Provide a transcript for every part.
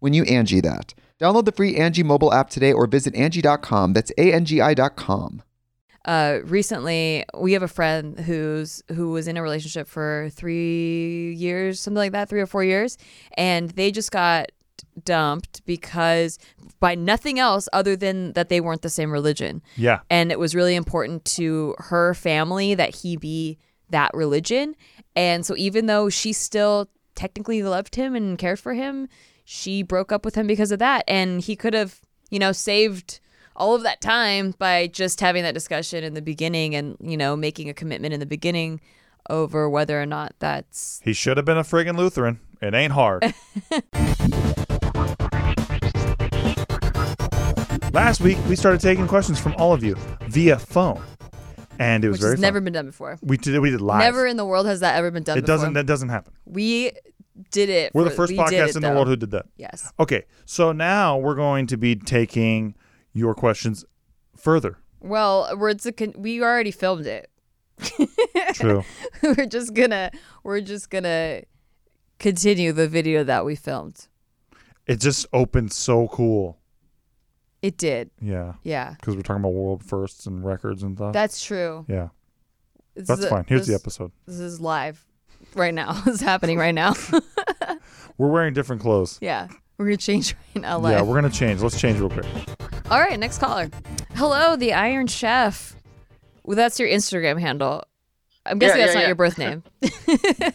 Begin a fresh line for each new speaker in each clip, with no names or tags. when you Angie that. Download the free Angie mobile app today or visit Angie.com. That's A-N-G-I dot com.
uh, recently we have a friend who's who was in a relationship for three years something like that three or four years and they just got dumped because by nothing else other than that they weren't the same religion
Yeah.
and it was really important to her family that he be that religion and so even though she still technically loved him and cared for him she broke up with him because of that and he could have you know saved all of that time by just having that discussion in the beginning and you know making a commitment in the beginning over whether or not that's
He should have been a friggin' Lutheran. It ain't hard. Last week, we started taking questions from all of you via phone, and it was
which
very
has
fun.
never been done before
we did we did live.
never in the world has that ever been done
it
before.
doesn't that doesn't happen.
we did it
We're the
for-
first
we did
podcast
it,
in the
though.
world who did that.
yes
Okay, so now we're going to be taking your questions further.
well we're, it's a con- we already filmed it
True.
we're just gonna we're just gonna continue the video that we filmed
it just opened so cool.
it did
Yeah,
yeah
because we're talking about world firsts and records and stuff.
that's true
yeah,
This
that's
is a-
fine. Here's the
this-
episode.
this is live right now it's happening right now
We're wearing different clothes.
yeah we're gonna change right now
Yeah,
live
we're gonna change. Let's change real quick.
all right next caller hello the iron chef well that's your instagram handle i'm guessing
Yeah,
that's not
yeah, yeah.
your birth name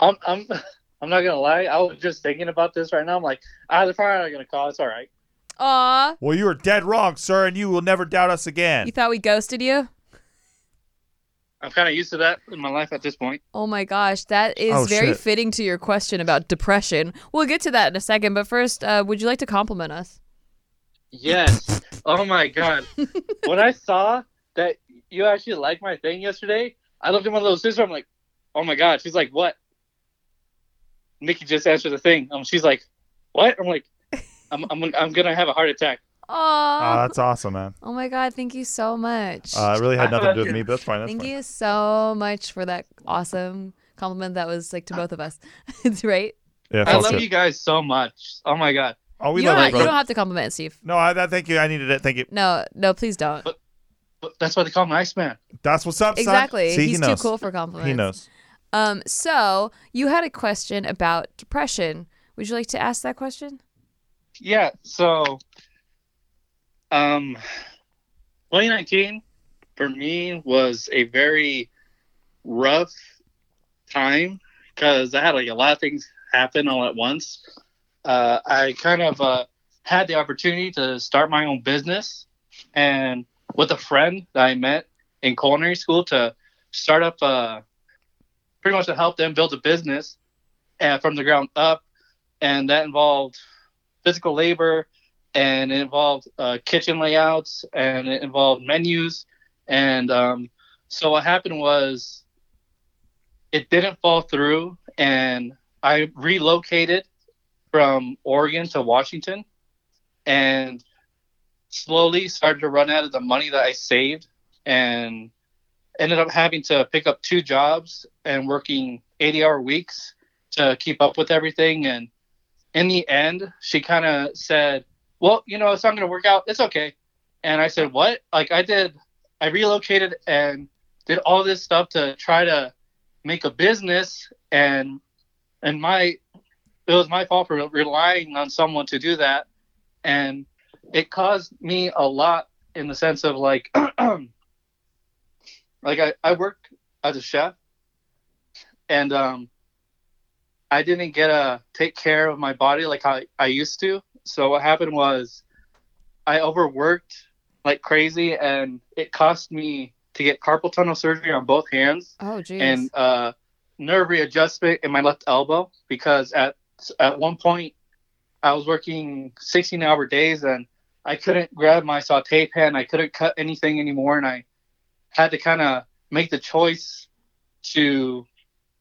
I'm I'm I'm not gonna lie. I was just thinking about this right now. I'm like, ah, they're probably not gonna call. It's all right.
aw
Well, you are dead wrong, sir, and you will never doubt us again.
you thought we ghosted you
I'm kind of used to that in my life at this point.
Oh my gosh, that is
Oh,
very
shit.
fitting to your question about depression. We'll get to that in a second, but first, uh, would you like to compliment us?
Yes. Oh my god. when I saw that you actually liked my thing yesterday, I looked at my little sister. I'm like, oh my god. She's like, what? Nikki just answered the thing. Um, she's like, what? I'm like, I'm I'm I'm gonna have a heart attack.
Oh,
Ah, that's awesome, man.
oh my god, thank you so much.
Uh, it really had nothing to do with
Thank
me, but that's fine. That's
thank
fine.
you so much for that awesome compliment that was
Uh,
like to both of us. it's right.
Yeah,
I
that's
love
good.
you guys so much. Oh my god.
Oh, we
you,
love
don't,
you,
you don't
brother.
have to compliment Steve.
No, I, I thank you. I needed it. Thank you.
No, no, please don't.
But that's why they call me Iceman.
That's what's up, son.
Exactly.
See,
He's
he knows.
too cool for compliments.
He knows.
Um, so you had a question about depression. Would you like to ask that question?
yeah so um 2019 for me was a very rough time because i had like a lot of things happen all at once uh, i kind of uh, had the opportunity to start my own business and with a friend that i met in culinary school to start up uh, pretty much to help them build a business uh, from the ground up and that involved physical labor and it involved uh, kitchen layouts and it involved menus and um, so what happened was it didn't fall through and i relocated from oregon to washington and slowly started to run out of the money that I saved and ended up having to pick up two jobs and working 80 hour weeks to keep up with everything. And in the end, she kind of said, Well, you know, it's not going to work out. It's okay. And I said, What? Like, I did, I relocated and did all this stuff to try to make a business. And, and my, it was my fault for relying on someone to do that. And it caused me a lot in the sense of like, like I, I worked as a chef and um, I didn't get to take care of my body like I, I used to. So what happened was I overworked like crazy and it cost me to get carpal tunnel surgery on both hands
Oh, geez.
and uh, nerve readjustment in my left elbow because at at one point I was working 16 hour days and I couldn't grab my saute pan. I couldn't cut anything anymore, and I had to kind of make the choice to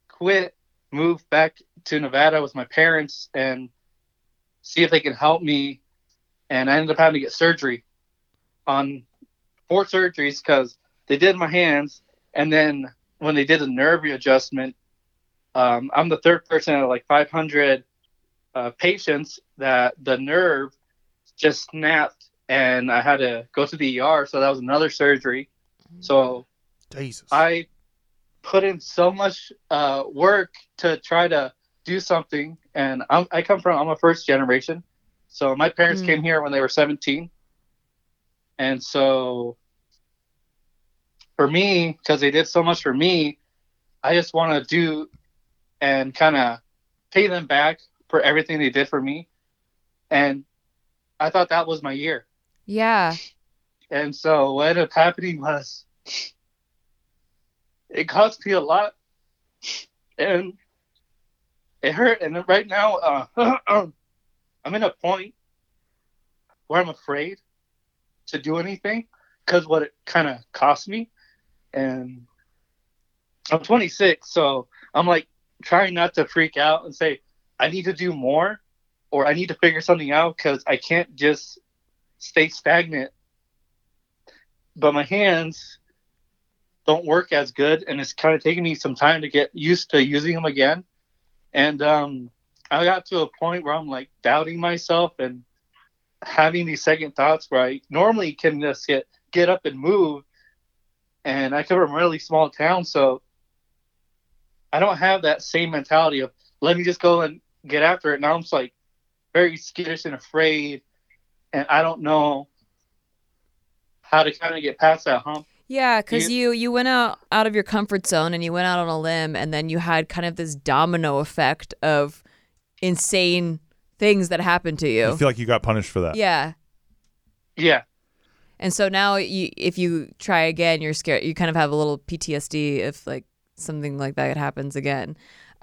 quit, move back to Nevada with my parents, and see if they can help me. And I ended up having to get surgery on four surgeries because they did my hands, and then when they did a nerve readjustment, um, I'm the third person out of like 500 uh, patients that the nerve just snapped, and I had to go to the ER. So that was another surgery. So
Jesus.
I put in so much uh, work to try to do something, and I'm, I come from I'm a first generation, so my parents
Mm.
came here when they were 17, and so for me, because they did so much for me, I just want to do and kind of pay them back for everything they did for me, and I thought that was my year.
yeah.
And so what ended up happening was it cost me a lot and it hurt. And right now, uh, I'm in a point where I'm afraid to do anything because what it kind of cost me. And I'm 26, so I'm like trying not to freak out and say, I need to do more or I need to figure something out because I can't just stay stagnant but my hands don't work as good and it's kind of taking me some time to get used to using them again and um, i got to a point where i'm like doubting myself and having these second thoughts where i normally can just get get up and move and i come from a really small town so i don't have that same mentality of let me just go and get after it now i'm just like very skittish and afraid and i don't know how to kind of get past that hump
Yeah, because you you went out out of your comfort zone and you went out on a limb, and then you had kind of this domino effect of insane things that happened to
you
you.
feel like you got punished for that.
Yeah,
yeah
and so now you, if you try again, you're scared. You kind of have a little PTSD if like something like that happens again.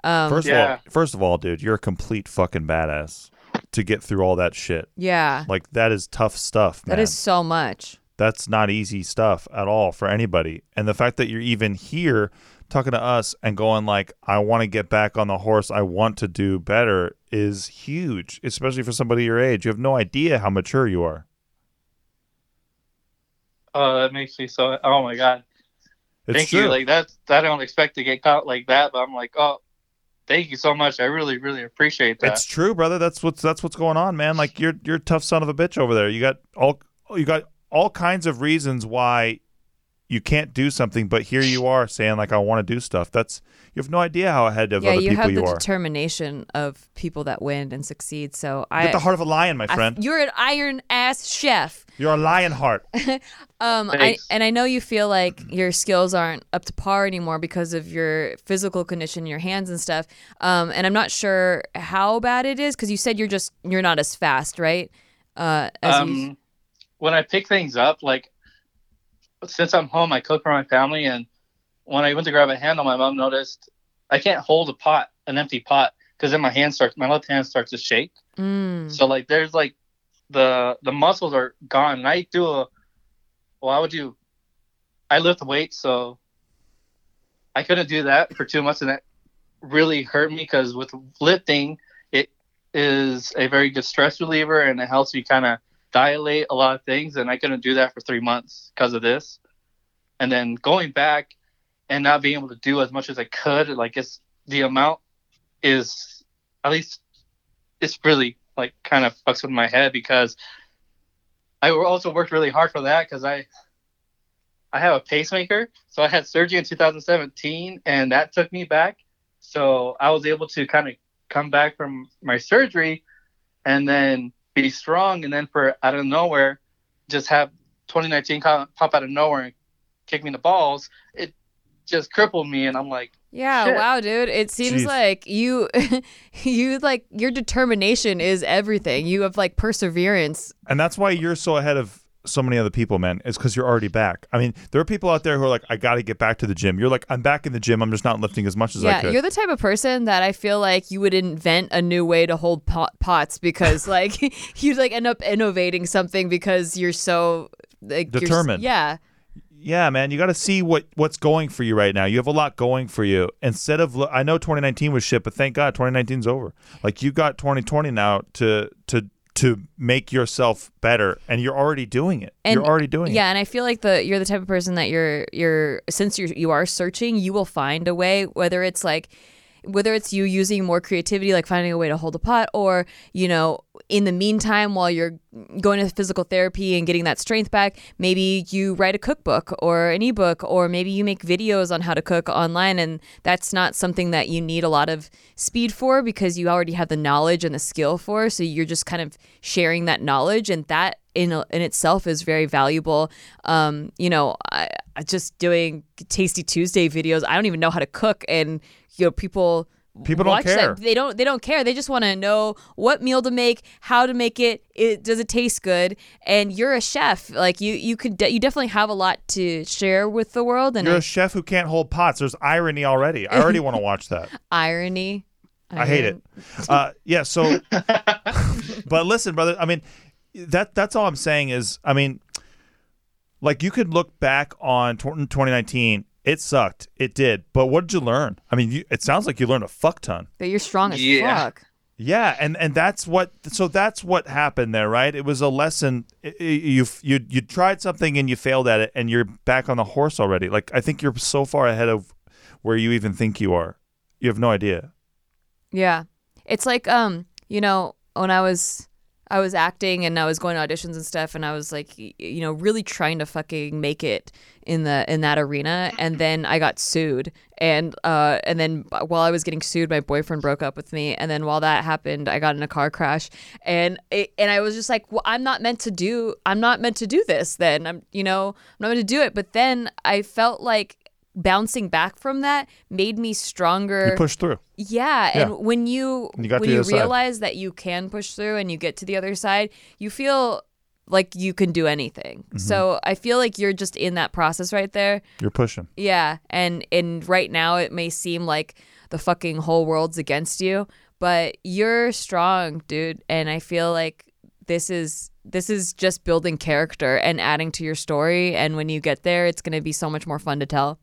Um,
First of
Yeah.
all, first of all, dude, you're a complete fucking badass to get through all that shit.
yeah,
Like that is tough stuff, man.
that is so much.
That's not easy stuff at all for anybody. And the fact that you're even here talking to us and going like, I want to get back on the horse, I want to do better is huge, especially for somebody your age. You have no idea how mature you are.
Oh, that makes me so. Oh my god!
It's
thank
true.
you. Like that's I don't expect to get caught like that, but I'm like, oh, thank you so much. I really, really appreciate that.
It's true, brother. That's what's that's what's going on, man. Like you're you're a tough son of a bitch over there. You got all you got all kinds of reasons why you can't do something, but here you are saying like I want to do stuff. That's you have no idea how ahead of
yeah,
other
you
people
have the
you are.
determination of people that win and succeed. So
you
I,
got the heart of a lion, my
I-
friend.
you're an iron ass chef.
you're a lion heart.
Um, I,
Thanks.
and I know you feel like your skills aren't up to par anymore because of your physical condition, your hands and stuff. Um, and I'm not sure how bad it is because you said you're just you're not as fast, right? Uh, as you,
um, when I pick things up, like since I'm home, I cook for my family, and when I went to grab a handle, my mom noticed I can't hold a pot, an empty pot, because then my hand starts, my left hand starts to shake.
Mm.
So like, there's like the the muscles are gone. And I do a well, I would do. I lift weights, so I couldn't do that for two months, and that really hurt me because with lifting, it is a very good stress reliever, and it helps you kind of dilate a lot of things, and I couldn't do that for three months because of this. And then going back and not being able to do as much as I could, like it's the amount is at least it's really like kind of fucks with my head because I also worked really hard for that because I I have a pacemaker, so I had surgery in 2017, and that took me back. So I was able to kind of come back from my surgery, and then be strong, and then for out of nowhere, just have 2019 co- pop out of nowhere and kick me in the balls. It just crippled me, and I'm like,
Yeah,
Shit.
wow, dude. It seems
Jeez.
like you, you like your determination is everything. You have like perseverance.
And that's why you're so ahead of so many other people, man. It's because you're already back. I mean, there are people out there who are like, I got to get back to the gym. You're like, I'm back in the gym. I'm just not lifting as much as I
yeah,
could.
you're the type of person that I feel like you would invent a new way to hold pot- pots because like you'd like end up innovating something because you're so like you're s-
Determined.
yeah,
yeah, man. You got to see what what's going for you right now. You have a lot going for you. Instead of, I know 2019 was shit, but thank God 2019's over. Like you got 2020 now to to to make yourself better, and you're already doing it.
And-
you're already doing it.
yeah. And I feel like the you're the type of person that you're you're since you you are searching, you will find a way. Whether it's like whether it's you using more creativity, like finding a way to hold a pot, or you know, in the meantime while you're going to physical therapy and getting that strength back, maybe you write a cookbook or an ebook, or maybe you make videos on how to cook online, and that's not something that you need a lot of speed for because you already have the knowledge and the skill for. So you're just kind of sharing that knowledge, and that in in itself is very valuable. Um, you know, I, I just doing Tasty Tuesday videos. I don't even know how to cook, and you know, people
People don't
watch that.
care.
They don't. They don't care. They just want to know what meal to make, how to make it, it. Does it taste good? And you're a chef. Like you, you could. De- you definitely have a lot to share with the world. And
You're
I-
a chef who can't hold pots. There's irony already. I already want to watch that.
irony.
I hate it. Uh, yeah. So, but listen, brother. I mean, that that's all I'm saying is, I mean, like you could look back on tw- 2019. It sucked. It did. But what did you learn? I mean, you, it sounds like you learned a fuck ton.
But you're strong as
Yeah.
fuck.
Yeah, and and that's what so that's what happened there, right? It was a lesson. I- I- You you you tried something and you failed at it, and you're back on the horse already. Like I think you're so far ahead of where you even think you are. You have no idea.
Yeah. It's like um, you know, when I was I was acting and I was going to auditions and stuff and I was like y- you know, really trying to fucking make it in the in that arena and then I got sued and uh and then b- while I was getting sued my boyfriend broke up with me and then while that happened I got in a car crash and it, and I was just like well I'm not meant to do I'm not meant to do this then I'm you know I'm not meant to do it but then I felt like bouncing back from that made me stronger
You push through.
yeah,
Yeah.
and when you,
You got
when
to the
you
other side.
realize that you can push through and you get to the other side, you feel like you can do anything.
Mm-hmm.
So I feel like you're just in that process right there.
You're pushing.
Yeah, and and right now it may seem like the fucking whole world's against you, but you're strong, dude, and I feel like this is this is just building character and adding to your story and when you get there it's going to be so much more fun to tell.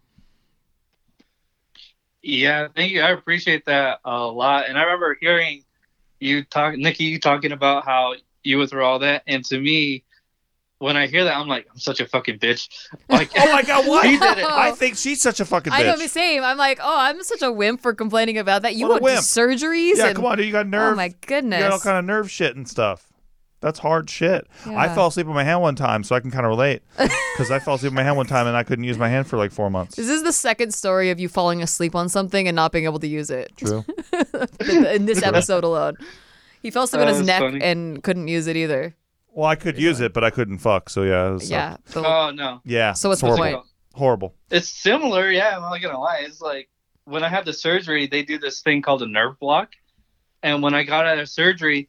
Yeah, thank you. I appreciate that a lot. And I remember hearing you talk, Nikki, you talking about how you went through all that. And to me, when I hear that, I'm like, I'm such a fucking bitch. Like,
Oh my god, what?
He did it.
I think she's such a fucking bitch.
I know the same. I'm like, oh, I'm such a wimp for complaining about that. You
What
want
a wimp.
surgeries?
yeah,
and,
come on, dude. You got nerve.
Oh my
You
goodness.
got all kind of nerve shit and stuff. That's hard shit. I
Yeah.
fell asleep on my hand one time, so I can kind of relate because I fell asleep on my hand one time and I couldn't use my hand for like four months.
this is the second story of you falling asleep on something and not being able to use it.
True.
In this episode alone, he fell asleep on
That
his
was
neck
funny.
and couldn't use it either.
Well, I could use it, but I couldn't fuck. So yeah. it was, uh,
Yeah. the-
oh no.
Yeah.
So what's
it's
the
horrible.
point?
Horrible.
It's similar. Yeah, I'm not going to lie. It's like when I had the surgery, they do this thing called a nerve block. And when I got out of surgery,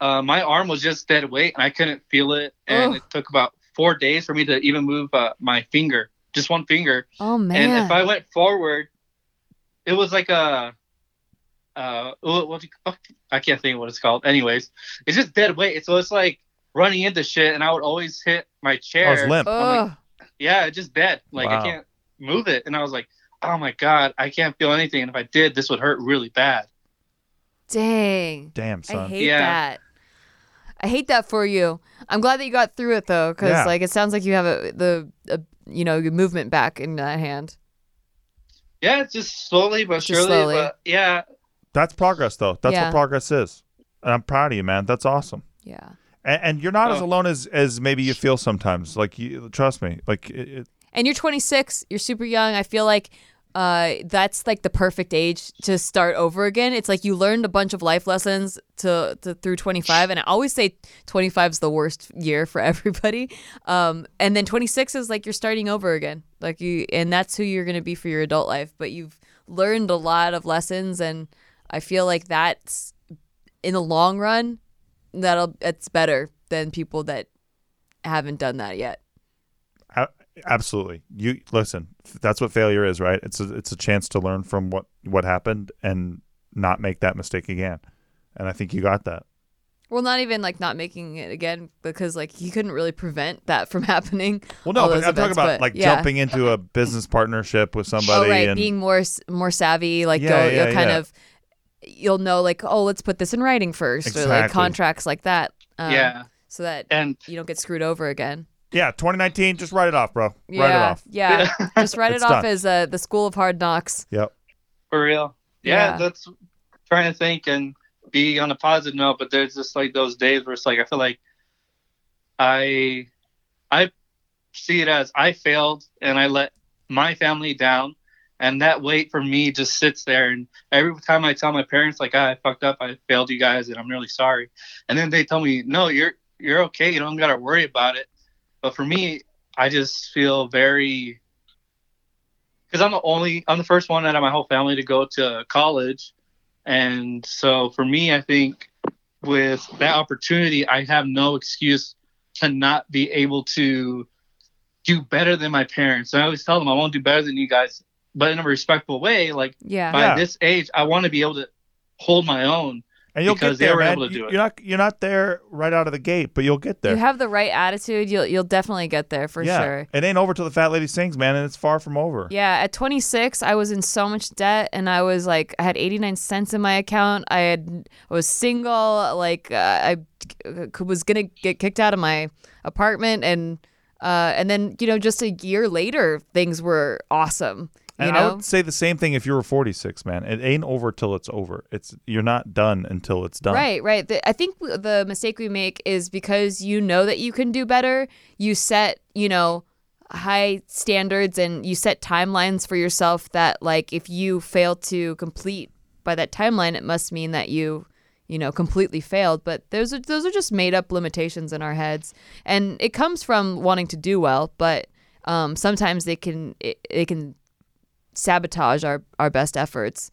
uh, my arm was just dead weight and I couldn't feel it. And
Ugh.
it took about four days for me to even move uh, my finger, just one finger.
oh
And
man.
if I went forward, it was like a, uh, what, what do you- fuck, I can't think of what it's called. Anyways, it's just dead weight. So it's like running into shit, and I would always hit my
I was
chair.
Oh, limp.
Ugh.
yeah, it's just dead. Like
Wow.
I can't move it, and I was like, oh my god, I can't feel anything. And if I did, this would hurt really bad.
dang.
Damn, son.
I hate
Yeah.
that. I hate that for you. I'm glad that you got through it though, because
Yeah.
like it sounds like you have a, the a, you know your movement back in that hand.
Yeah, just slowly but
Just
surely.
slowly.
But yeah,
That's progress, though. That's
Yeah.
what progress is. And I'm proud of you, man. That's awesome.
Yeah,
And, and you're not as
Oh.
alone as as maybe you feel sometimes. Like, you, trust me. Like, it, it,
and you're 26. You're super young. I feel like uh, that's like the perfect age to start over again. It's like you learned a bunch of life lessons to, to through 25, and I always say 25 is the worst year for everybody. Um, and then 26 is like you're starting over again. Like you, and that's who you're gonna be for your adult life. But you've learned a lot of lessons, and I feel like that's in the long run, that'll it's better than people that haven't done that yet.
a- absolutely. You listen. That's what failure is, right? It's a, it's a chance to learn from what what happened and not make that mistake again. And I think you got that.
Well, not even like not making it again because like he couldn't really prevent that from happening.
Well, no,
all Oh,
but I'm
those
talking
events,
about
but
like
yeah.
jumping into a business partnership with
Oh,
somebody.
right,
and,
being more s- more savvy, like
Yeah,
you'll,
yeah,
you'll kind
yeah.
of you'll know like oh, let's put this in writing first, or like
Exactly.
contracts like that. Um,
yeah,
so that
and
you don't get screwed over again.
yeah, 2019. Just write it off, bro.
Yeah,
Write it off.
yeah. Just write it
It's
off
done.
as uh, the school of hard knocks.
Yep.
for real. Yeah,
Yeah.
that's trying to think and be on a positive note. But there's just like those days where it's like I feel like I I see it as I failed and I let my family down, and that weight for me just sits there. And every time I tell my parents like "Ah, I fucked up, I failed you guys, and I'm really sorry, and then they tell me no, you're you're okay, you don't gotta worry about it. But for me, I just feel very because I'm the only, I'm the first one out of my whole family to go to college, and so for me, I think with that opportunity, I have no excuse to not be able to do better than my parents. And I always tell them I won't do better than you guys, but in a respectful way. Like
Yeah,
by
Yeah.
this age, I want to be able to hold my own.
And you'll get
Because they
there,
were
man.
able to do
You-
it.
You're not you're not there right out of the gate, but you'll get there.
you have the right attitude. You'll you'll definitely get there for
yeah.
sure.
It ain't over till the fat lady sings, man, and it's far from over.
Yeah, at 26, I was in so much debt, and I was like, I had 89 cents in my account. I had, I was single. Like, uh, I c- was gonna get kicked out of my apartment, and uh, and then you know, just a year later, things were awesome. You
And I
know,
would say the same thing if you were 46, man. It ain't over till it's over. It's you're not done until it's done.
Right, right. The, I think w- the mistake we make is because you know that you can do better, you set, you know, high standards and you set timelines for yourself that like if you fail to complete by that timeline, it must mean that you, you know, completely failed, but those are those are just made up limitations in our heads. And it comes from wanting to do well, but um, sometimes they can it, they can sabotage our our best efforts.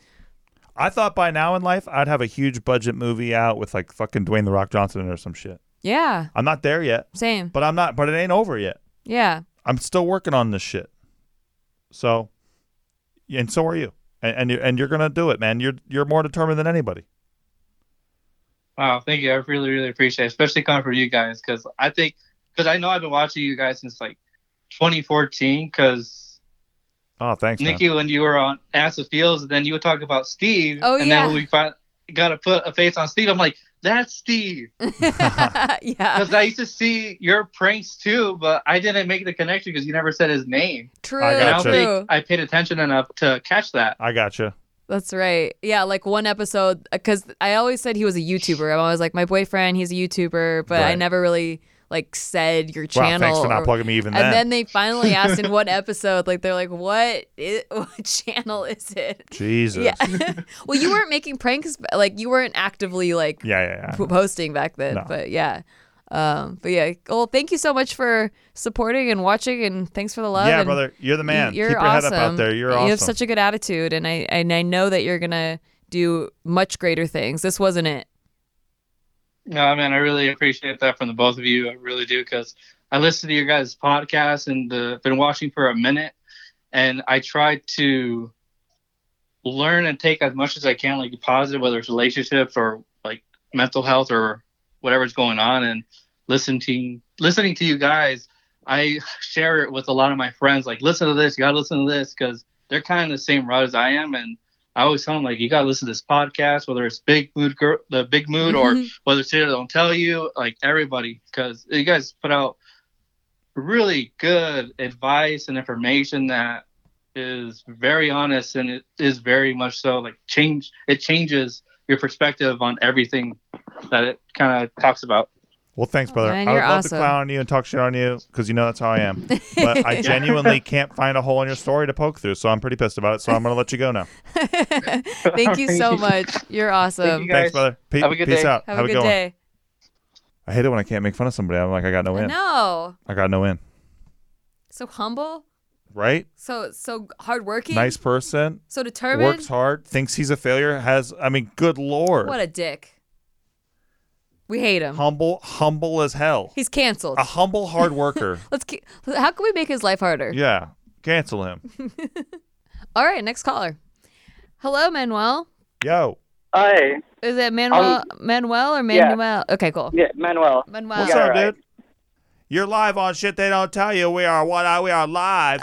I thought by now in life I'd have a huge budget movie out with like fucking Dwayne the Rock Johnson in it or some shit.
Yeah,
I'm not there yet,
same.
but I'm not. But it ain't over yet.
Yeah.
I'm still working on this shit. So, and so are you. And and you're, and you're gonna do it, man. You're you're more determined than anybody.
Wow, thank you. I really, really appreciate, it, especially coming from you guys, because I think, because I know I've been watching you guys since like 2014, because
Oh, thanks, man.
Nikki, when you were on Ask the Fields, and then you would talk about Steve.
Oh,
and
yeah.
then when we fin- got to put a face on Steve, I'm like, that's Steve.
yeah.
Because I used to see your pranks too, but I didn't make the connection because you never said his name.
True.
I
And I don't
Gotcha.
True.
think I paid attention enough to catch that.
I gotcha.
That's right. Yeah, like one episode because I always said he was a YouTuber. I'm always like my boyfriend, he's a YouTuber, but I
Right.
never really like said your channel.
wow, thanks for not
or-
plugging me even
and
then.
then they finally asked in one episode, like they're like, "What? i- what channel is it?"
Jesus. Yeah.
Yeah. well, you weren't making pranks, but, like you weren't actively like
Yeah, yeah,
p- posting back then.
No.
But yeah. Um, but yeah, well, thank you so much for supporting and watching, and thanks for the love.
yeah,
and-
brother. You're the man.
You're
Keep your
awesome.
head up out there. You're
you
awesome.
have such a good attitude, and I and I know that you're gonna do much greater things. This wasn't it.
No, man, I really appreciate that from the both of you. I really do because I listen to your guys' podcast and uh, been watching for a minute, and I try to learn and take as much as I can, like positive, whether it's relationships or like mental health or whatever's going on, and listening to listening to you guys. I share it with a lot of my friends. Like, listen to this. You gotta listen to this because they're kind of the same route as I am, and I always tell them like you gotta listen to this podcast, whether it's Big Mood Girl, the Big Mood, or whether it's here don't tell you, like everybody, because you guys put out really good advice and information that is very honest and it is very much so like change. It changes your perspective on everything that it kind of talks about.
Well, thanks, brother.
man,
I would
you're
love
awesome.
to clown on you and talk shit on you because you know that's how I am. But I genuinely can't find a hole in your story to poke through, so I'm pretty pissed about it. So I'm going to let you go now.
Thank you so much. You're awesome.
you,
Thanks,
guys.
brother. Pe-
Have a good
peace
day.
out.
Have, a
it
good
going.
day.
I hate it when I can't make fun of somebody. I'm like, I got no in.
No,
I got no in.
so humble,
Right?
so so hardworking,
Nice person.
so determined.
Works hard. Thinks he's a failure. Has, I mean, good lord.
What a dick. We hate him.
humble, humble as hell.
He's canceled.
A humble hard worker.
Let's keep, how can we make his life harder?
yeah. Cancel him.
All right, next caller. Hello, Manuel.
Yo.
Hi.
Is it Manuel Manuel or
Yeah.
Manuel? Okay, cool.
Yeah, Manuel.
Manuel.
What's
Yeah,
up,
right.
dude? You're live on shit they don't tell you. We are what I we are live.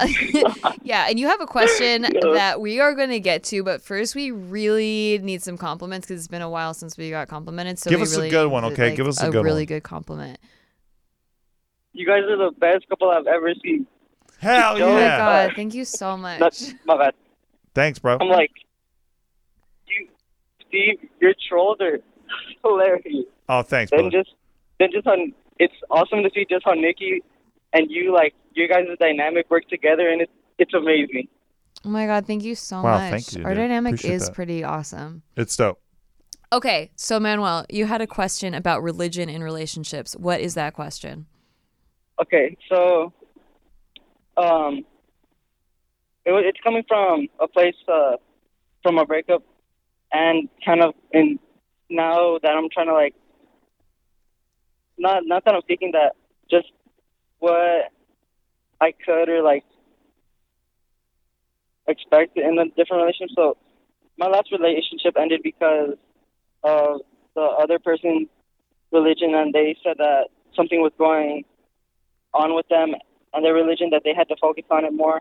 yeah, and you have a question that we are going to get to, but first we really need some compliments because it's been a while since we got complimented. So
Give
we
us a
really
good one,
need,
okay?
like,
Give us a
a
good
really
one.
good compliment.
You guys are the best couple I've ever seen.
Hell
Oh
Oh my
yeah.
god, thank you so much.
That's my bad.
Thanks, bro.
I'm like, you, Steve, your trolls are hilarious.
Oh, thanks,
Then
brother.
just, then just on, it's awesome to see just how Nikki and you like your guys' dynamic work together, and it's it's amazing.
oh my god, thank you so
Wow,
much.
thank you,
Our
dude.
dynamic
Appreciate
is
that.
pretty awesome.
It's dope.
Okay, so Manuel, you had a question about religion and relationships. What is that question?
Okay, so, um, it, wa- it's coming from a place uh, from a breakup, and kind of in now that I'm trying to like, not not that I'm thinking that, just what I could or like expect in a different relationship. So, my last relationship ended because of the other person's religion, and they said that something was going on with them and their religion that they had to focus on it more.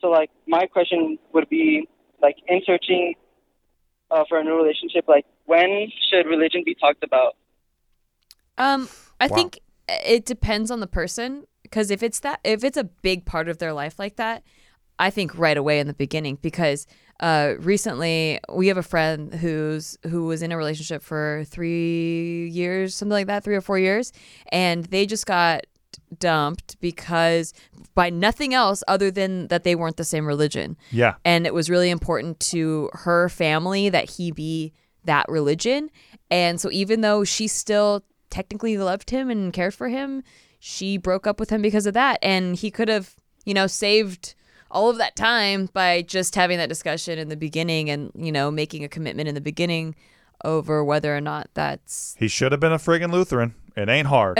So, like, my question would be, like, in searching uh, for a new relationship, like, when should religion be talked about?
Um, I
Wow.
think eh, it depends on the person because if it's that if it's a big part of their life like that, I think right away in the beginning because uh, recently we have a friend who's who was in a relationship for three years, something like that, three or four years, and they just got dumped because by nothing else other than that they weren't the same religion
Yeah.
and it was really important to her family that he be that religion and so even though she still technically loved him and cared for him she broke up with him because of that and he could have you know saved all of that time by just having that discussion in the beginning and you know making a commitment in the beginning over whether or not that's
He should have been a friggin' Lutheran. It ain't hard.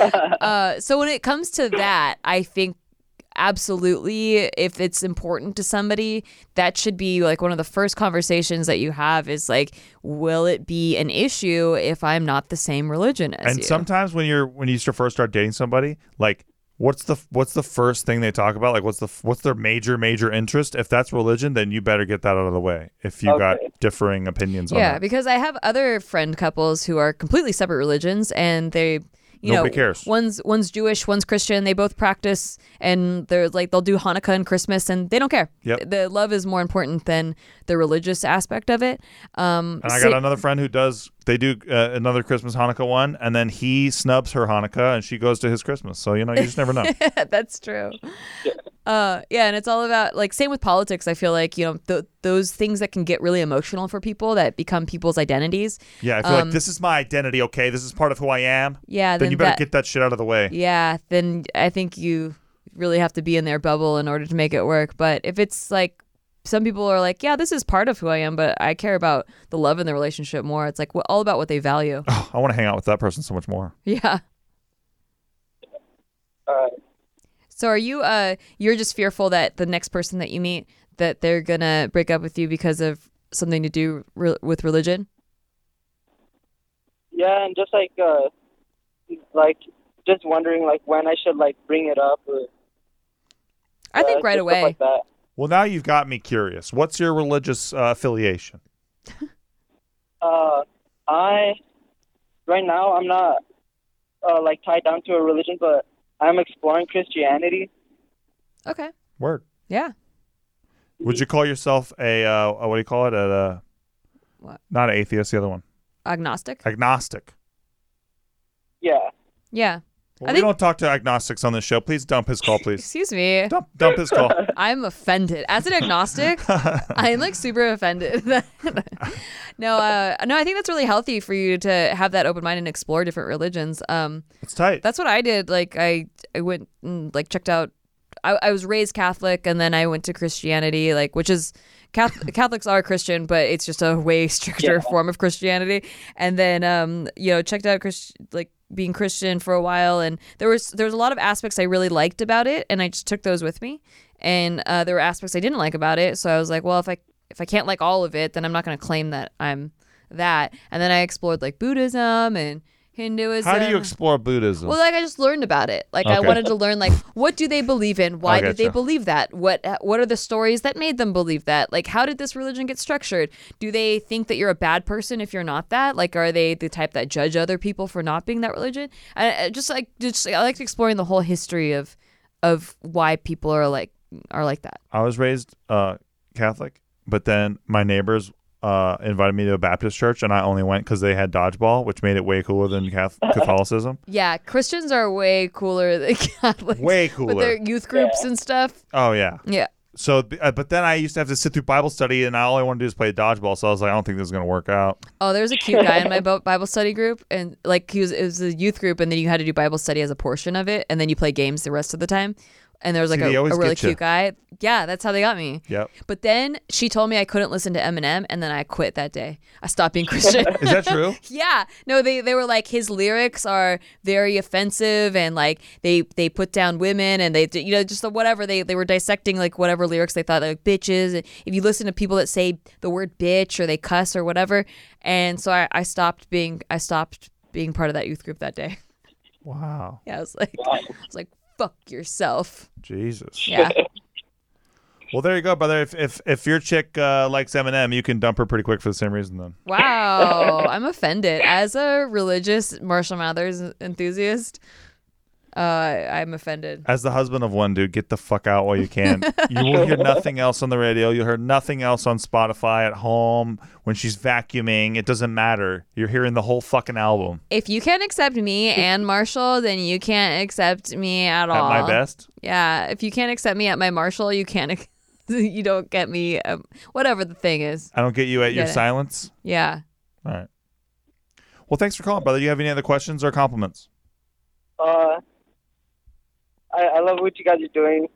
Uh, so when it comes to that, I think absolutely if it's important to somebody, that should be like one of the first conversations that you have is like, will it be an issue if I'm not the same religion as
and
you?
sometimes when you're when you first start dating somebody, like what's the what's the first thing they talk about? Like what's the what's their major major interest? If that's religion, then you better get that out of the way. If you got
Okay.
differing opinions on
yeah,
that.
because I have other friend couples who are completely separate religions and they you
Nobody
know
cares.
one's one's Jewish, one's Christian, they both practice and they're like they'll do Hanukkah and Christmas and they don't care.
Yep.
The love is more important than the religious aspect of it. Um
And I
so-
got another friend who does. They do uh, another Christmas Hanukkah one, and then he snubs her Hanukkah, and she goes to his Christmas. So you know, you just never know.
That's true. Uh, yeah, and it's all about like same with politics. I feel like you know th- those things that can get really emotional for people that become people's identities.
Yeah, I feel like this is my identity. Okay, this is part of who I am.
Yeah, Um,
Then
then
you better
that-
get that shit out of the way.
Yeah, then I think you really have to be in their bubble in order to make it work. But if it's like some people are like, yeah, this is part of who I am, but I care about the love in the relationship more. It's like wh- all about what they value.
Oh, I want to hang out with that person so much more.
yeah.
Uh,
So are you uh you're just fearful that the next person that you meet that they're going to break up with you because of something to do re- with religion?
yeah, and just like, uh, like, just wondering, like, when I should like bring it up. Or,
I think
uh,
right
just stuff
away.
Like that.
Well, now you've got me curious. What's your religious uh, affiliation?
Uh, I right now I'm not uh, like tied down to a religion, but I'm exploring Christianity.
Okay.
Word.
Yeah.
Would you call yourself a uh, what do you call it? A, uh
What?
Not atheist. The other one,
Agnostic.
agnostic.
Yeah,
yeah.
Well,
I
we
think-
don't talk to agnostics on this show. Please dump his call, please.
Excuse me.
dump, dump his call.
I'm offended. As an agnostic, I'm like super offended. no, uh, no, I think that's really healthy for you to have that open mind and explore different religions. Um,
it's tight.
that's what I did. Like I, I went and like checked out. I, I was raised Catholic, and then I went to Christianity, like which is Cath- Catholics are Christian, but it's just a way stricter form of Christianity. And then um, you know, checked out Christ- like being Christian for a while, and there was there was a lot of aspects I really liked about it, and I just took those with me. And uh, there were aspects I didn't like about it, so I was like, well, if I if I can't like all of it, then I'm not going to claim that I'm that. And then I explored like Buddhism and Hinduism.
How do you explore Buddhism?
uh, Well, like I just learned about it. Like I
Okay.
wanted to learn, like what do they believe in? Why
I
did they
gotcha.
believe that? What uh, what are the stories that made them believe that? Like how did this religion get structured? Do they think that you're a bad person if you're not that? Like are they the type that judge other people for not being that religion? I, I just like just I liked exploring the whole history of of why people are like are like that.
I was raised uh, Catholic, but then my neighbors uh, invited me to a Baptist church, and I only went because they had dodgeball, which made it way cooler than Cath- Catholicism.
Yeah, Christians are way cooler than Catholics.
Way
With their
cooler.
youth groups and stuff.
Oh yeah.
Yeah.
So, uh, but then I used to have to sit through Bible study, and all I want to do is play dodgeball. So I was like, I don't think this is gonna work out.
Oh, there was a cute guy in my Bi- Bible study group, and like he was, it was a youth group, and then you had to do Bible study as a portion of it, and then you play games the rest of the time. And there was like
See, they
a, a
always
really
get ya.
cute guy. Yeah, that's how they got me.
Yep.
But then she told me I couldn't listen to Eminem, and then I quit that day. I stopped being Christian.
Is that true?
yeah, no, they they were like his lyrics are very offensive, and like they they put down women, and they you know just the whatever they they were dissecting like whatever lyrics they thought like bitches. And if you listen to people that say the word bitch or they cuss or whatever, and so I, I stopped being I stopped being part of that youth group that day.
wow.
Yeah, I was like I was like fuck yourself.
Jesus.
Yeah,
Well, there you go, brother. If if, if your chick uh, likes Eminem, you can dump her pretty quick for the same reason. Then
wow, I'm offended as a religious Marshall Mathers enthusiast. Uh, I'm offended.
As the husband of one dude, get the fuck out while you can. you will hear nothing else on the radio. You'll hear nothing else on Spotify at home when she's vacuuming. It doesn't matter. You're hearing the whole fucking album.
if you can't accept me and Marshall, then you can't accept me at
At
all.
my best.
Yeah. If you can't accept me at my Marshall, you can't. ac- You don't get me. Um, whatever the thing is.
I don't get you at your
Get it.
silence.
Yeah.
All right. Well, thanks for calling, brother. You have any other questions or compliments?
uh, I, I love what you guys are doing.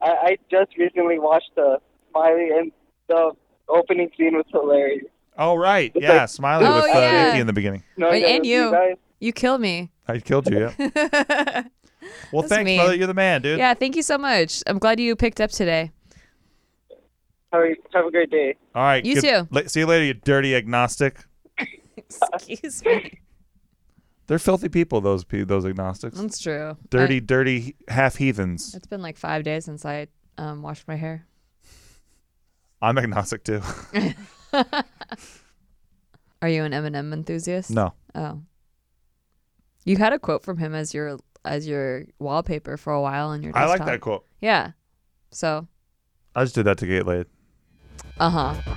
I, I just recently watched the Smiley and the opening scene was hilarious.
Oh, right. Yeah. Smiley
Oh,
with uh,
yeah.
Nikki in the beginning.
No,
And-
yeah,
and you.
guys.
You kill me.
I killed you. Yeah.
yeah.
Well,
That's
thanks,
mean.
brother. You're the man, dude.
Thank you so much. I'm glad you picked up today.
Have a, have a great day.
All right.
You too.
good- la- see you later, you dirty agnostic.
Excuse me.
They're filthy people, those pe- those agnostics.
That's true.
Dirty,
I-
dirty half heathens.
it's been like five days since I um, washed my hair.
I'm agnostic too.
Are you an Eminem enthusiast?
no.
Oh. You had a quote from him as your as your wallpaper for a while on your
I
desktop.
like that quote.
Yeah. So,
I just did that to get laid.
uh huh.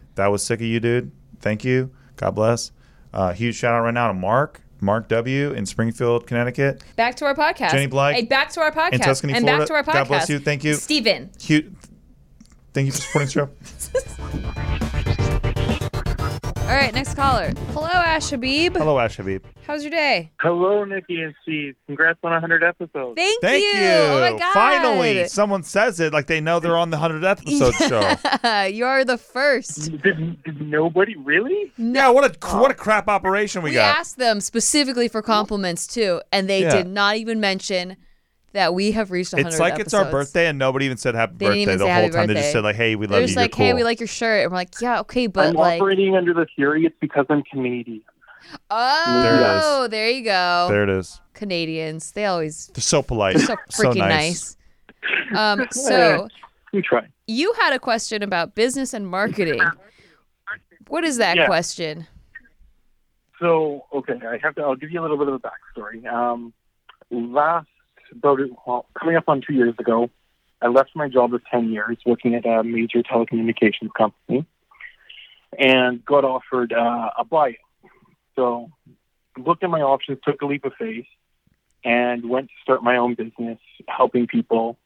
That was sick of you, dude. Thank you. God bless. Uh, huge shout out right now to Mark, Mark W. in Springfield, Connecticut.
Back to our podcast.
Jenny Blythe
Hey, back to our podcast.
in Tuscany,
and back to our
Florida.
podcast.
God bless you. Thank you.
Steven.
Huge. Thank you for supporting the show.
All right, next caller. Hello, Ash Habib.
Hello, Ash Habib.
How's your day?
Hello, Nikki and Steve. Congrats on 100 episodes.
Thank,
Thank you.
Oh my God.
Finally, someone says it like they know they're on the 100th episode show.
you are the first.
Did, did nobody really?
Yeah, what a what a crap operation we,
We
got.
asked them specifically for compliments too, and they
Yeah.
did not even mention that we have reached 100.
It's like it's our
episodes.
birthday and nobody even said happy
They didn't
birthday
even
the
say
whole
happy
time. They just
birthday.
said like, hey, we love
They're
you.
just
You're
like,
cool.
hey, we like your shirt, and we're like, yeah, okay, but
I'm
like,
operating under the theory it's because I'm Canadian.
oh, there, you go.
there it is.
Canadians, they always
They're so polite.
so freaking
nice.
nice. Um, so
You try.
you had a question about business and marketing. What is that
Yeah.
question?
So, okay, I have to. I'll give you a little bit of a backstory. Um, last about well, coming up on two years ago, I left my job of ten years working at a major telecommunications company, and got offered uh, a buyout. So, looked at my options, took a leap of faith, and went to start my own business, helping people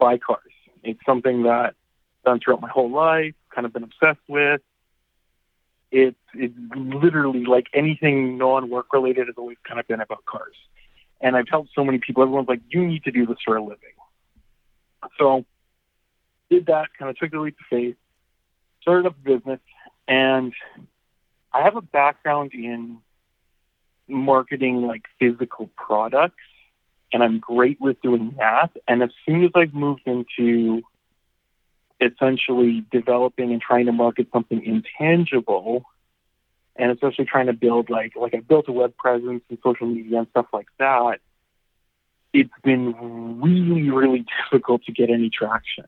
buy cars. It's something that I've done throughout my whole life, kind of been obsessed with it's it's literally like anything non-work related has always kind of been about cars. And I've helped so many people. Everyone's like, you need to do this for a living. So did that, kind of took the leap of faith, started up a business, and I have a background in marketing like physical products, and I'm great with doing that. And as soon as I've moved into essentially developing and trying to market something intangible and especially trying to build like like I built a web presence and social media and stuff like that, it's been really, really difficult to get any traction.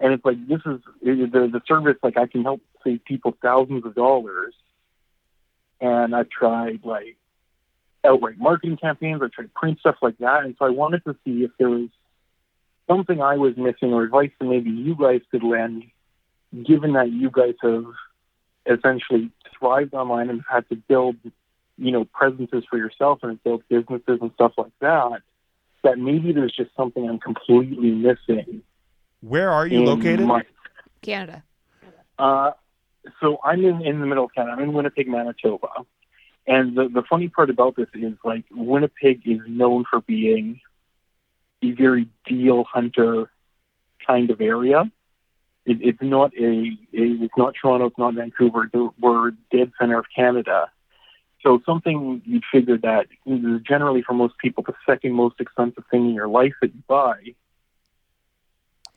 And it's like this is it- the the service like I can help save people thousands of dollars. And I've tried like outright marketing campaigns, I've tried print stuff like that. And so I wanted to see if there was something I was missing or advice that maybe you guys could lend, given that you guys have essentially thrived online and had to build, you know, presences for yourself and build businesses and stuff like that, that maybe there's just something I'm completely missing.
Where are you
in
located?
Mm, my-
Canada.
uh, so I'm in, in the middle of Canada. I'm in Winnipeg, Manitoba. And the, the funny part about this is like Winnipeg is known for being a very deal hunter kind of area. It, it's not a, a it's not Toronto, it's not Vancouver. They're- We're dead center of Canada. So something you figure that is generally for most people the second most expensive thing in your life that you buy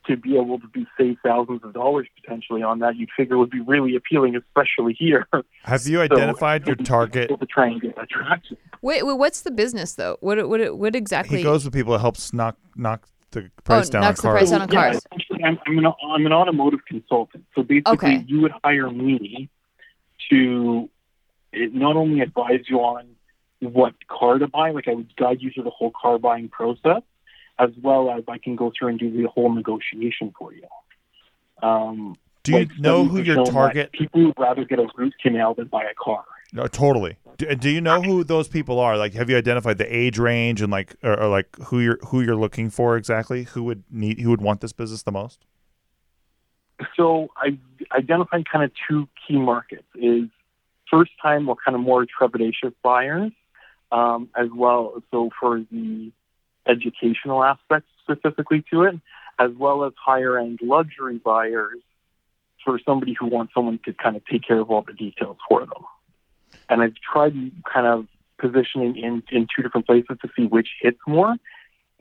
to be able to be save thousands of dollars potentially on that you'd figure would be really appealing, especially here.
Have you identified your target?
to try and get that traction.
Wait, wait, what's the business though? What what what exactly? Oh,
He goes with people that helps knock knock the price down on
knocks the price
cars.
down on
Yeah,
cars.
essentially, I'm, I'm, an, I'm an automotive consultant. So basically,
Okay.
you would hire me to it not only advise you on what car to buy, like I would guide you through the whole car buying process, as well as I can go through and do the whole negotiation for you. Um,
Do you
like
know who
70%
your
of my
target?
People would rather get a root canal than buy a car.
No, totally. Do, do you know who those people are? Like, have you identified the age range and like, or, or like who you're who you're looking for exactly? Who would need who would want this business the most?
So I identified kind of two key markets is first time or kind of more trepidatious buyers um, as well. So for the educational aspect specifically to it, as well as higher end luxury buyers for somebody who wants someone to kind of take care of all the details for them. And I've tried kind of positioning in, in two different places to see which hits more.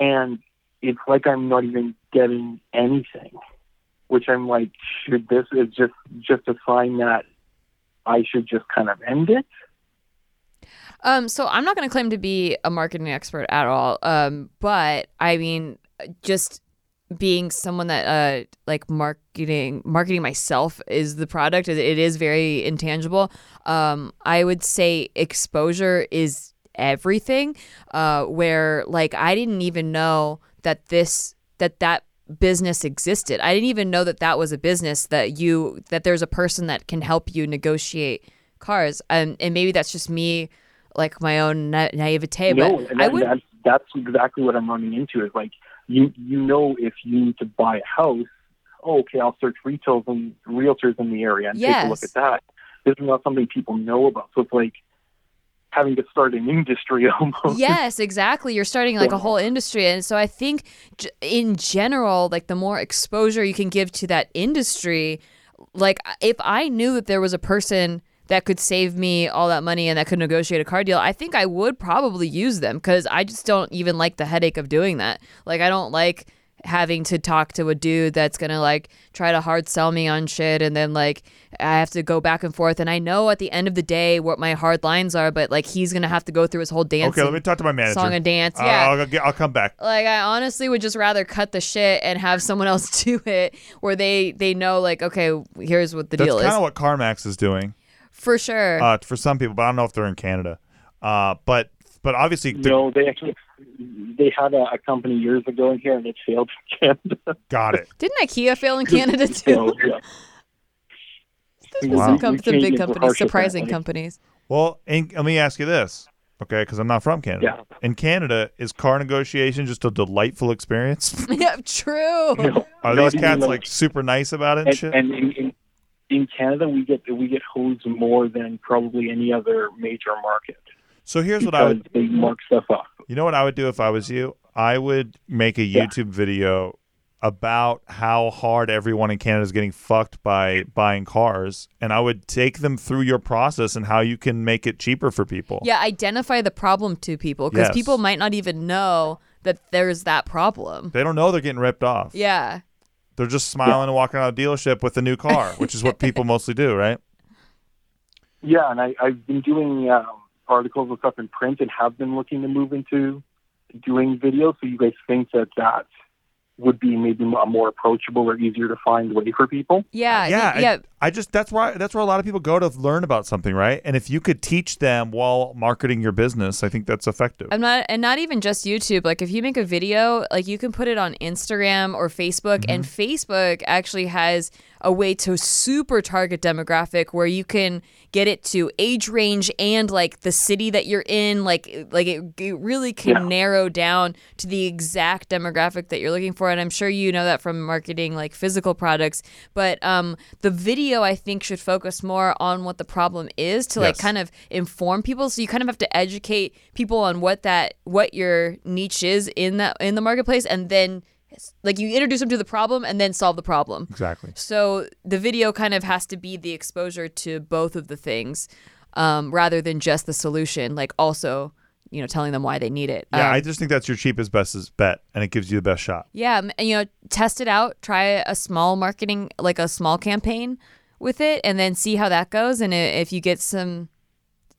And it's like I'm not even getting anything which I'm like, should this is just just a sign that I should just kind of end it?
Um, so I'm not going to claim to be a marketing expert at all. Um, but I mean, just being someone that uh like marketing marketing myself is the product. It it is very intangible. Um, I would say exposure is everything. Uh, where like I didn't even know that this that that business existed. I didn't even know that that was a business that you that there's a person that can help you negotiate cars. Um, and maybe that's just me, like my own na- naivete.
no,
but
and
I
that-
would
that's, that's exactly what I'm running into. Is like you you know if you need to buy a house, oh, okay, I'll search retails and realtors in the area and take a look
Yes.
at that. This is not something people know about. So it's like having to start an industry almost.
yes exactly you're starting like a
Yeah.
whole industry and so i think j- in general like the more exposure you can give to that industry like if i knew that there was a person that could save me all that money and that could negotiate a car deal i think i would probably use them because i just don't even like the headache of doing that like i don't like having to talk to a dude that's gonna like try to hard sell me on shit and then like I have to go back and forth and I know at the end of the day what my hard lines are but like he's gonna have to go through his whole dance
okay, let me talk to my manager.
song and dance
Uh,
yeah
I'll, get- I'll come back.
like I honestly would just rather cut the shit and have someone else do it where they they know like okay here's what the
That's
deal
kind
is
of what CarMax is doing
for sure
uh, for some people, but I don't know if they're in Canada. Uh, but but obviously, the,
No, they actually they had a, a company years ago in here and it failed in Canada.
got it.
didn't IKEA fail in Canada too
So, yeah.
Wow.
some, com- some big
Canadians were
companies
harsh at that,
surprising
like-
companies
Well, and let me ask you this, okay? Because I'm not from Canada.
Yeah.
In Canada, is car negotiation just a delightful experience?
yeah true
No,
Are
not
these
even
cats like super nice about it and
and,
shit?
and in, in, in Canada we get we get hosed more than probably any other major market
so here's what I
because
would
they mark stuff up.
You know what I would do if I was you? I would make a YouTube video about how hard everyone in Canada is getting fucked by buying cars, and I would take them through your process and how you can make it cheaper for people.
yeah identify the problem to people because
Yes.
people might not even know that there's that problem
They don't know they're getting ripped off.
yeah
They're just smiling and walking out of the dealership with a new car, which is what people mostly do, right?
Yeah, and I, I've been doing um, articles and stuff in print and have been looking to move into doing video. So you guys think that that would be maybe a more approachable or easier to find way for people?
yeah I
Uh, yeah,
think- yeah
I, I just that's why that's where a lot of people go to learn about something, right? And if you could teach them while marketing your business, I think that's effective.
I'm not, and not even just YouTube. Like, if you make a video, like you can put it on Instagram or Facebook, and Facebook actually has a way to super target demographic where you can get it to age range and like the city that you're in. Like, like it, it really can narrow down to the exact demographic that you're looking for. And I'm sure you know that from marketing like physical products, but um, the video I think should focus more on what the problem is to like
Yes.
kind of kind of inform people so you kind of have to educate people on what that what your niche is in that in the marketplace and then like you introduce them to the problem and then solve the problem
exactly.
so the video kind of has to be the exposure to both of the things um, rather than just the solution like also you know telling them why they need it
Yeah,
Um,
I just think that's your cheapest best bet, and it gives you the best shot.
yeah, m- you know, test it out, try a small marketing, like a small campaign with it, and then see how that goes. And i- if you get some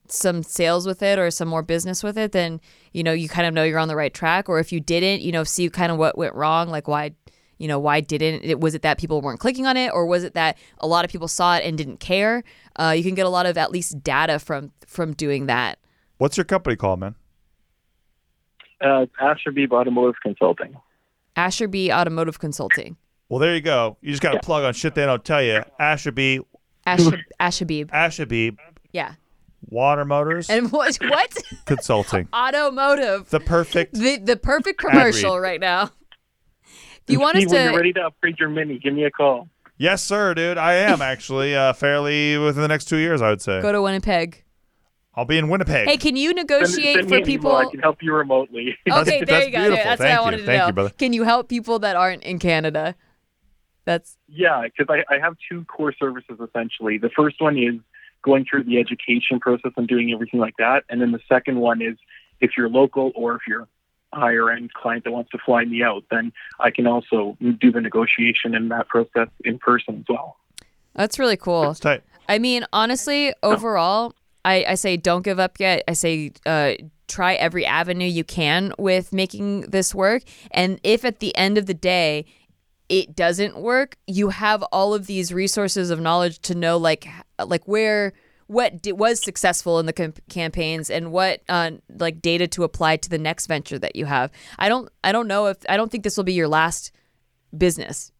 some sales with it or some more business with it, then you know you kind of know you're on the right track. Or if you didn't, you know, see kind of what went wrong, like why you know why didn't it was it that people weren't clicking on it or was it that a lot of people saw it and didn't care uh, you can get a lot of at least data from from doing that
What's your company called, man?
Uh, it's Asher Beeb Automotive Consulting.
Asherby Automotive Consulting
Well, there you go. You just got to plug on shit they don't tell you. Ashabee,
Asher Asherbeeb
Ashabee,
yeah
Water Motors
and what what
Consulting.
automotive
The perfect.
the the perfect commercial right now if you want us
Steve, when you're
to
ready to upgrade your Mini, give me a call.
Yes, sir, dude. I am actually uh, fairly within the next two years, I would say.
go to Winnipeg
I'll be in Winnipeg.
hey can you
Send-
negotiate
send me
for
an email. I
people
can help you remotely.
Okay,
That's-
there
that's
you go.
beautiful.
That's
Thank
what I
you.
wanted to
Thank
know.
you, brother.
Can you help people that aren't in Canada? That's
Yeah, because I, I have two core services essentially. The first one is going through the education process and doing everything like that. And then the second one is if you're local or if you're a higher end client that wants to fly me out, then I can also do the negotiation and that process in person as well.
that's really cool.
It's tight.
I mean, honestly, overall, I, I say don't give up yet. I say uh, try every avenue you can with making this work. And if at the end of the day it doesn't work, you have all of these resources of knowledge to know like h- like where what di was successful in the com- campaigns and what uh, like data to apply to the next venture that you have. I don't I don't know if I don't think this will be your last business.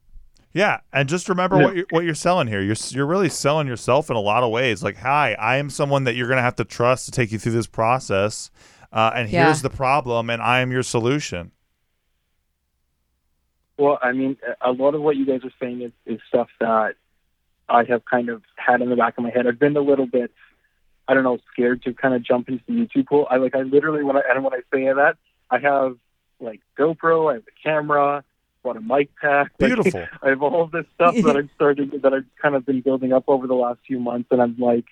Yeah, and just remember what you're, what you're selling here. You're s- you're really selling yourself in a lot of ways. Like, hi, I am someone that you're gonna have to trust to take you through this process, uh, and
Yeah.
here's the problem, and I am your solution.
Well, I mean, a lot of what you guys are saying is, is stuff that I have kind of had in the back of my head. I've been a little bit, I don't know, scared to kind of jump into the YouTube pool. I like, I literally, when I and when I say that, I have like GoPro, I have a camera, bought a mic pack. Like,
Beautiful.
I have all this stuff that I've started that I've kind of been building up over the last few months, and I'm like,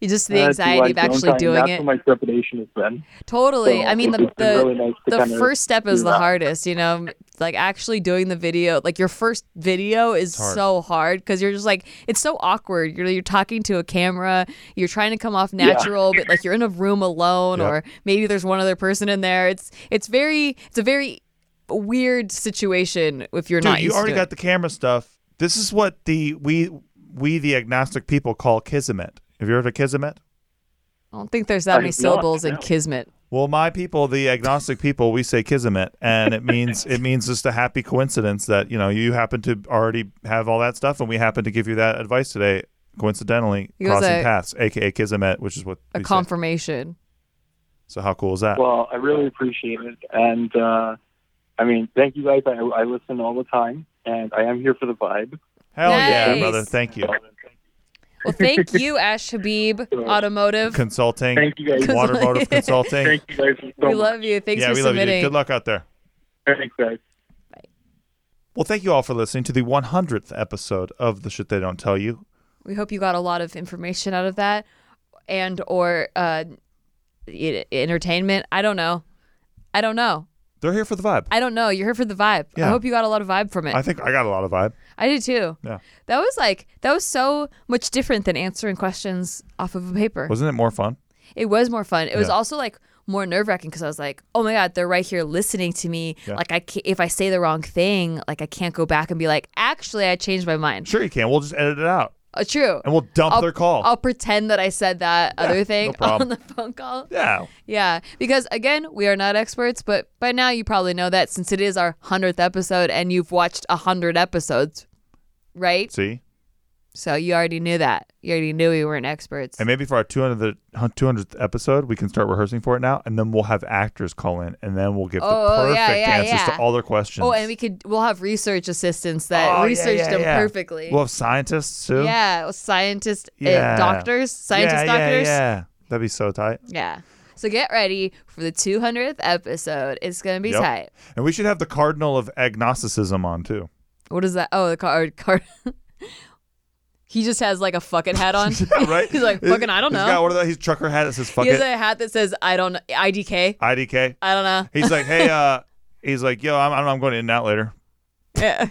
You just
uh,
the
do I
anxiety of
don't I-
actually doing
That's
it.
what my trepidation has been.
Totally.
So
I mean,
it's
the
just been
the,
really nice to
the
kind of
first step is
do
the
that.
hardest. You know, like actually doing the video, like your first video is
hard.
so hard because you're just like it's so awkward. You're you're talking to a camera. You're trying to come off natural, but like you're in a room alone,
Yep.
or maybe there's one other person in there. It's it's very it's a very weird situation if you're
Dude,
not.
you
used
already
to it.
got the camera stuff. This is what the we we the agnostic people call kismet. Have you heard of kismet?
I don't think there's that many
I've not,
syllables in
no.
kismet.
Well, my people, the agnostic people, we say kismet, and it means it means just a happy coincidence that you know you happen to already have all that stuff, and we happen to give you that advice today, coincidentally
It was
crossing
a-
paths, aka kismet, which is what
A
we say.
confirmation.
So how cool is that?
Well, I really appreciate it, and uh, I mean, thank you guys. I, I listen all the time, and I am here for the vibe.
Hell yeah,
Nice.
brother! Thank you.
Well, thank you, Ash Habib Automotive.
Consulting,
Thank you guys.
water motive consulting.
Thank you guys so
We
much.
love you. Thanks
yeah,
for
we love
submitting.
you. dude. Good luck out there.
Thanks, guys.
Well, thank you all for listening to the 100th episode of the shit they don't tell you.
we hope you got a lot of information out of that and or uh e- entertainment i don't know i don't know
They're here for the vibe.
i don't know you're here for the vibe
Yeah.
i hope you got a lot of vibe from it
I think I got a lot of vibe.
I did too
Yeah.
that was like that was so much different than answering questions off of a paper
Wasn't it more fun?
it was more fun it was
Yeah.
also like more nerve-wracking because i was like oh my god they're right here listening to me
Yeah.
like i ca- if i say the wrong thing like i can't go back and be like actually i changed my mind
Sure, you can. We'll just edit it out
Uh, true
and we'll dump
I'll,
their call.
I'll pretend that i said that other thing on
problem.
the phone call
yeah.
Yeah, because again, we are not experts, but by now you probably know that since it is our 100th episode and you've watched 100 episodes, right?
See?
So you already knew that. You already knew we weren't experts.
And maybe for our 200th, 200th episode, we can start rehearsing for it now, and then we'll have actors call in, and then we'll give the
Oh, oh,
perfect
yeah, yeah,
answers
yeah.
to all their questions.
oh, and we could we'll have research assistants that
Oh, yeah,
researched
yeah,
them
yeah.
perfectly.
We'll have scientists too.
yeah, scientists,
Yeah.
Uh, doctors, scientist
yeah,
doctors.
Yeah, yeah. That'd be so tight.
Yeah. So get ready for the 200th episode. It's gonna be
Yep.
tight.
And we should have the cardinal of agnosticism on too.
What is that? Oh, the card. card. he just has like a fucking hat on.
Yeah, right?
He's like, fucking, I don't
He's
know.
got one of those. He's trucker hat that says fuck
he has
it.
a hat that says I don't IDK.
IDK.
I don't know.
He's like, hey, uh, he's like, yo, I'm, I'm going to in and out later.
Yeah,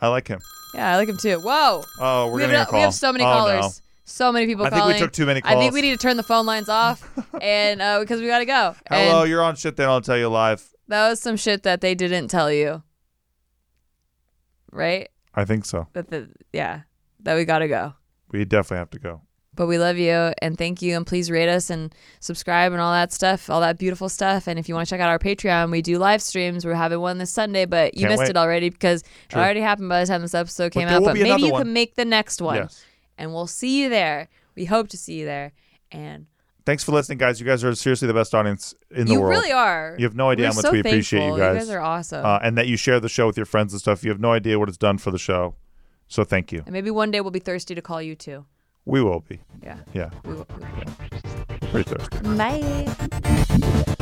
I like him.
yeah, I like him too. Whoa,
Oh, we're
we
going
have,
to
no- we
call.
have so many
Oh,
callers,
no.
so many people
I think we
calling.
took too many
I think
calls.
we need to turn the phone lines off, and uh, because we gotta go.
Hello,
And
you're on shit. Then I'll tell you live.
that was some shit that they didn't tell you. right?
I think so.
That the yeah, that we gotta go.
We definitely have to go.
But we love you and thank you. And please rate us and subscribe and all that stuff, all that beautiful stuff. And if you want to check out our Patreon, we do live streams. We're having one this Sunday, but you
Can't
missed
wait.
it already because
True.
it already happened by the time this episode came
there
out.
will
But
be
maybe
another
you
one.
can make the next one.
Yes.
And we'll see you there. We hope to see you there. And
Thanks for listening, guys. You guys are seriously the best audience in the
you
world.
really are.
You have no idea
We're
how much
so
we appreciate
thankful.
you guys.
You guys are awesome.
Uh, and that you share the show with your friends and stuff. You have no idea what it's done for the show. So thank you.
and maybe one day we'll be thirsty to call you too.
We will be.
Yeah.
Yeah.
We will. we will.
Pretty thirsty.
Bye.
Bye.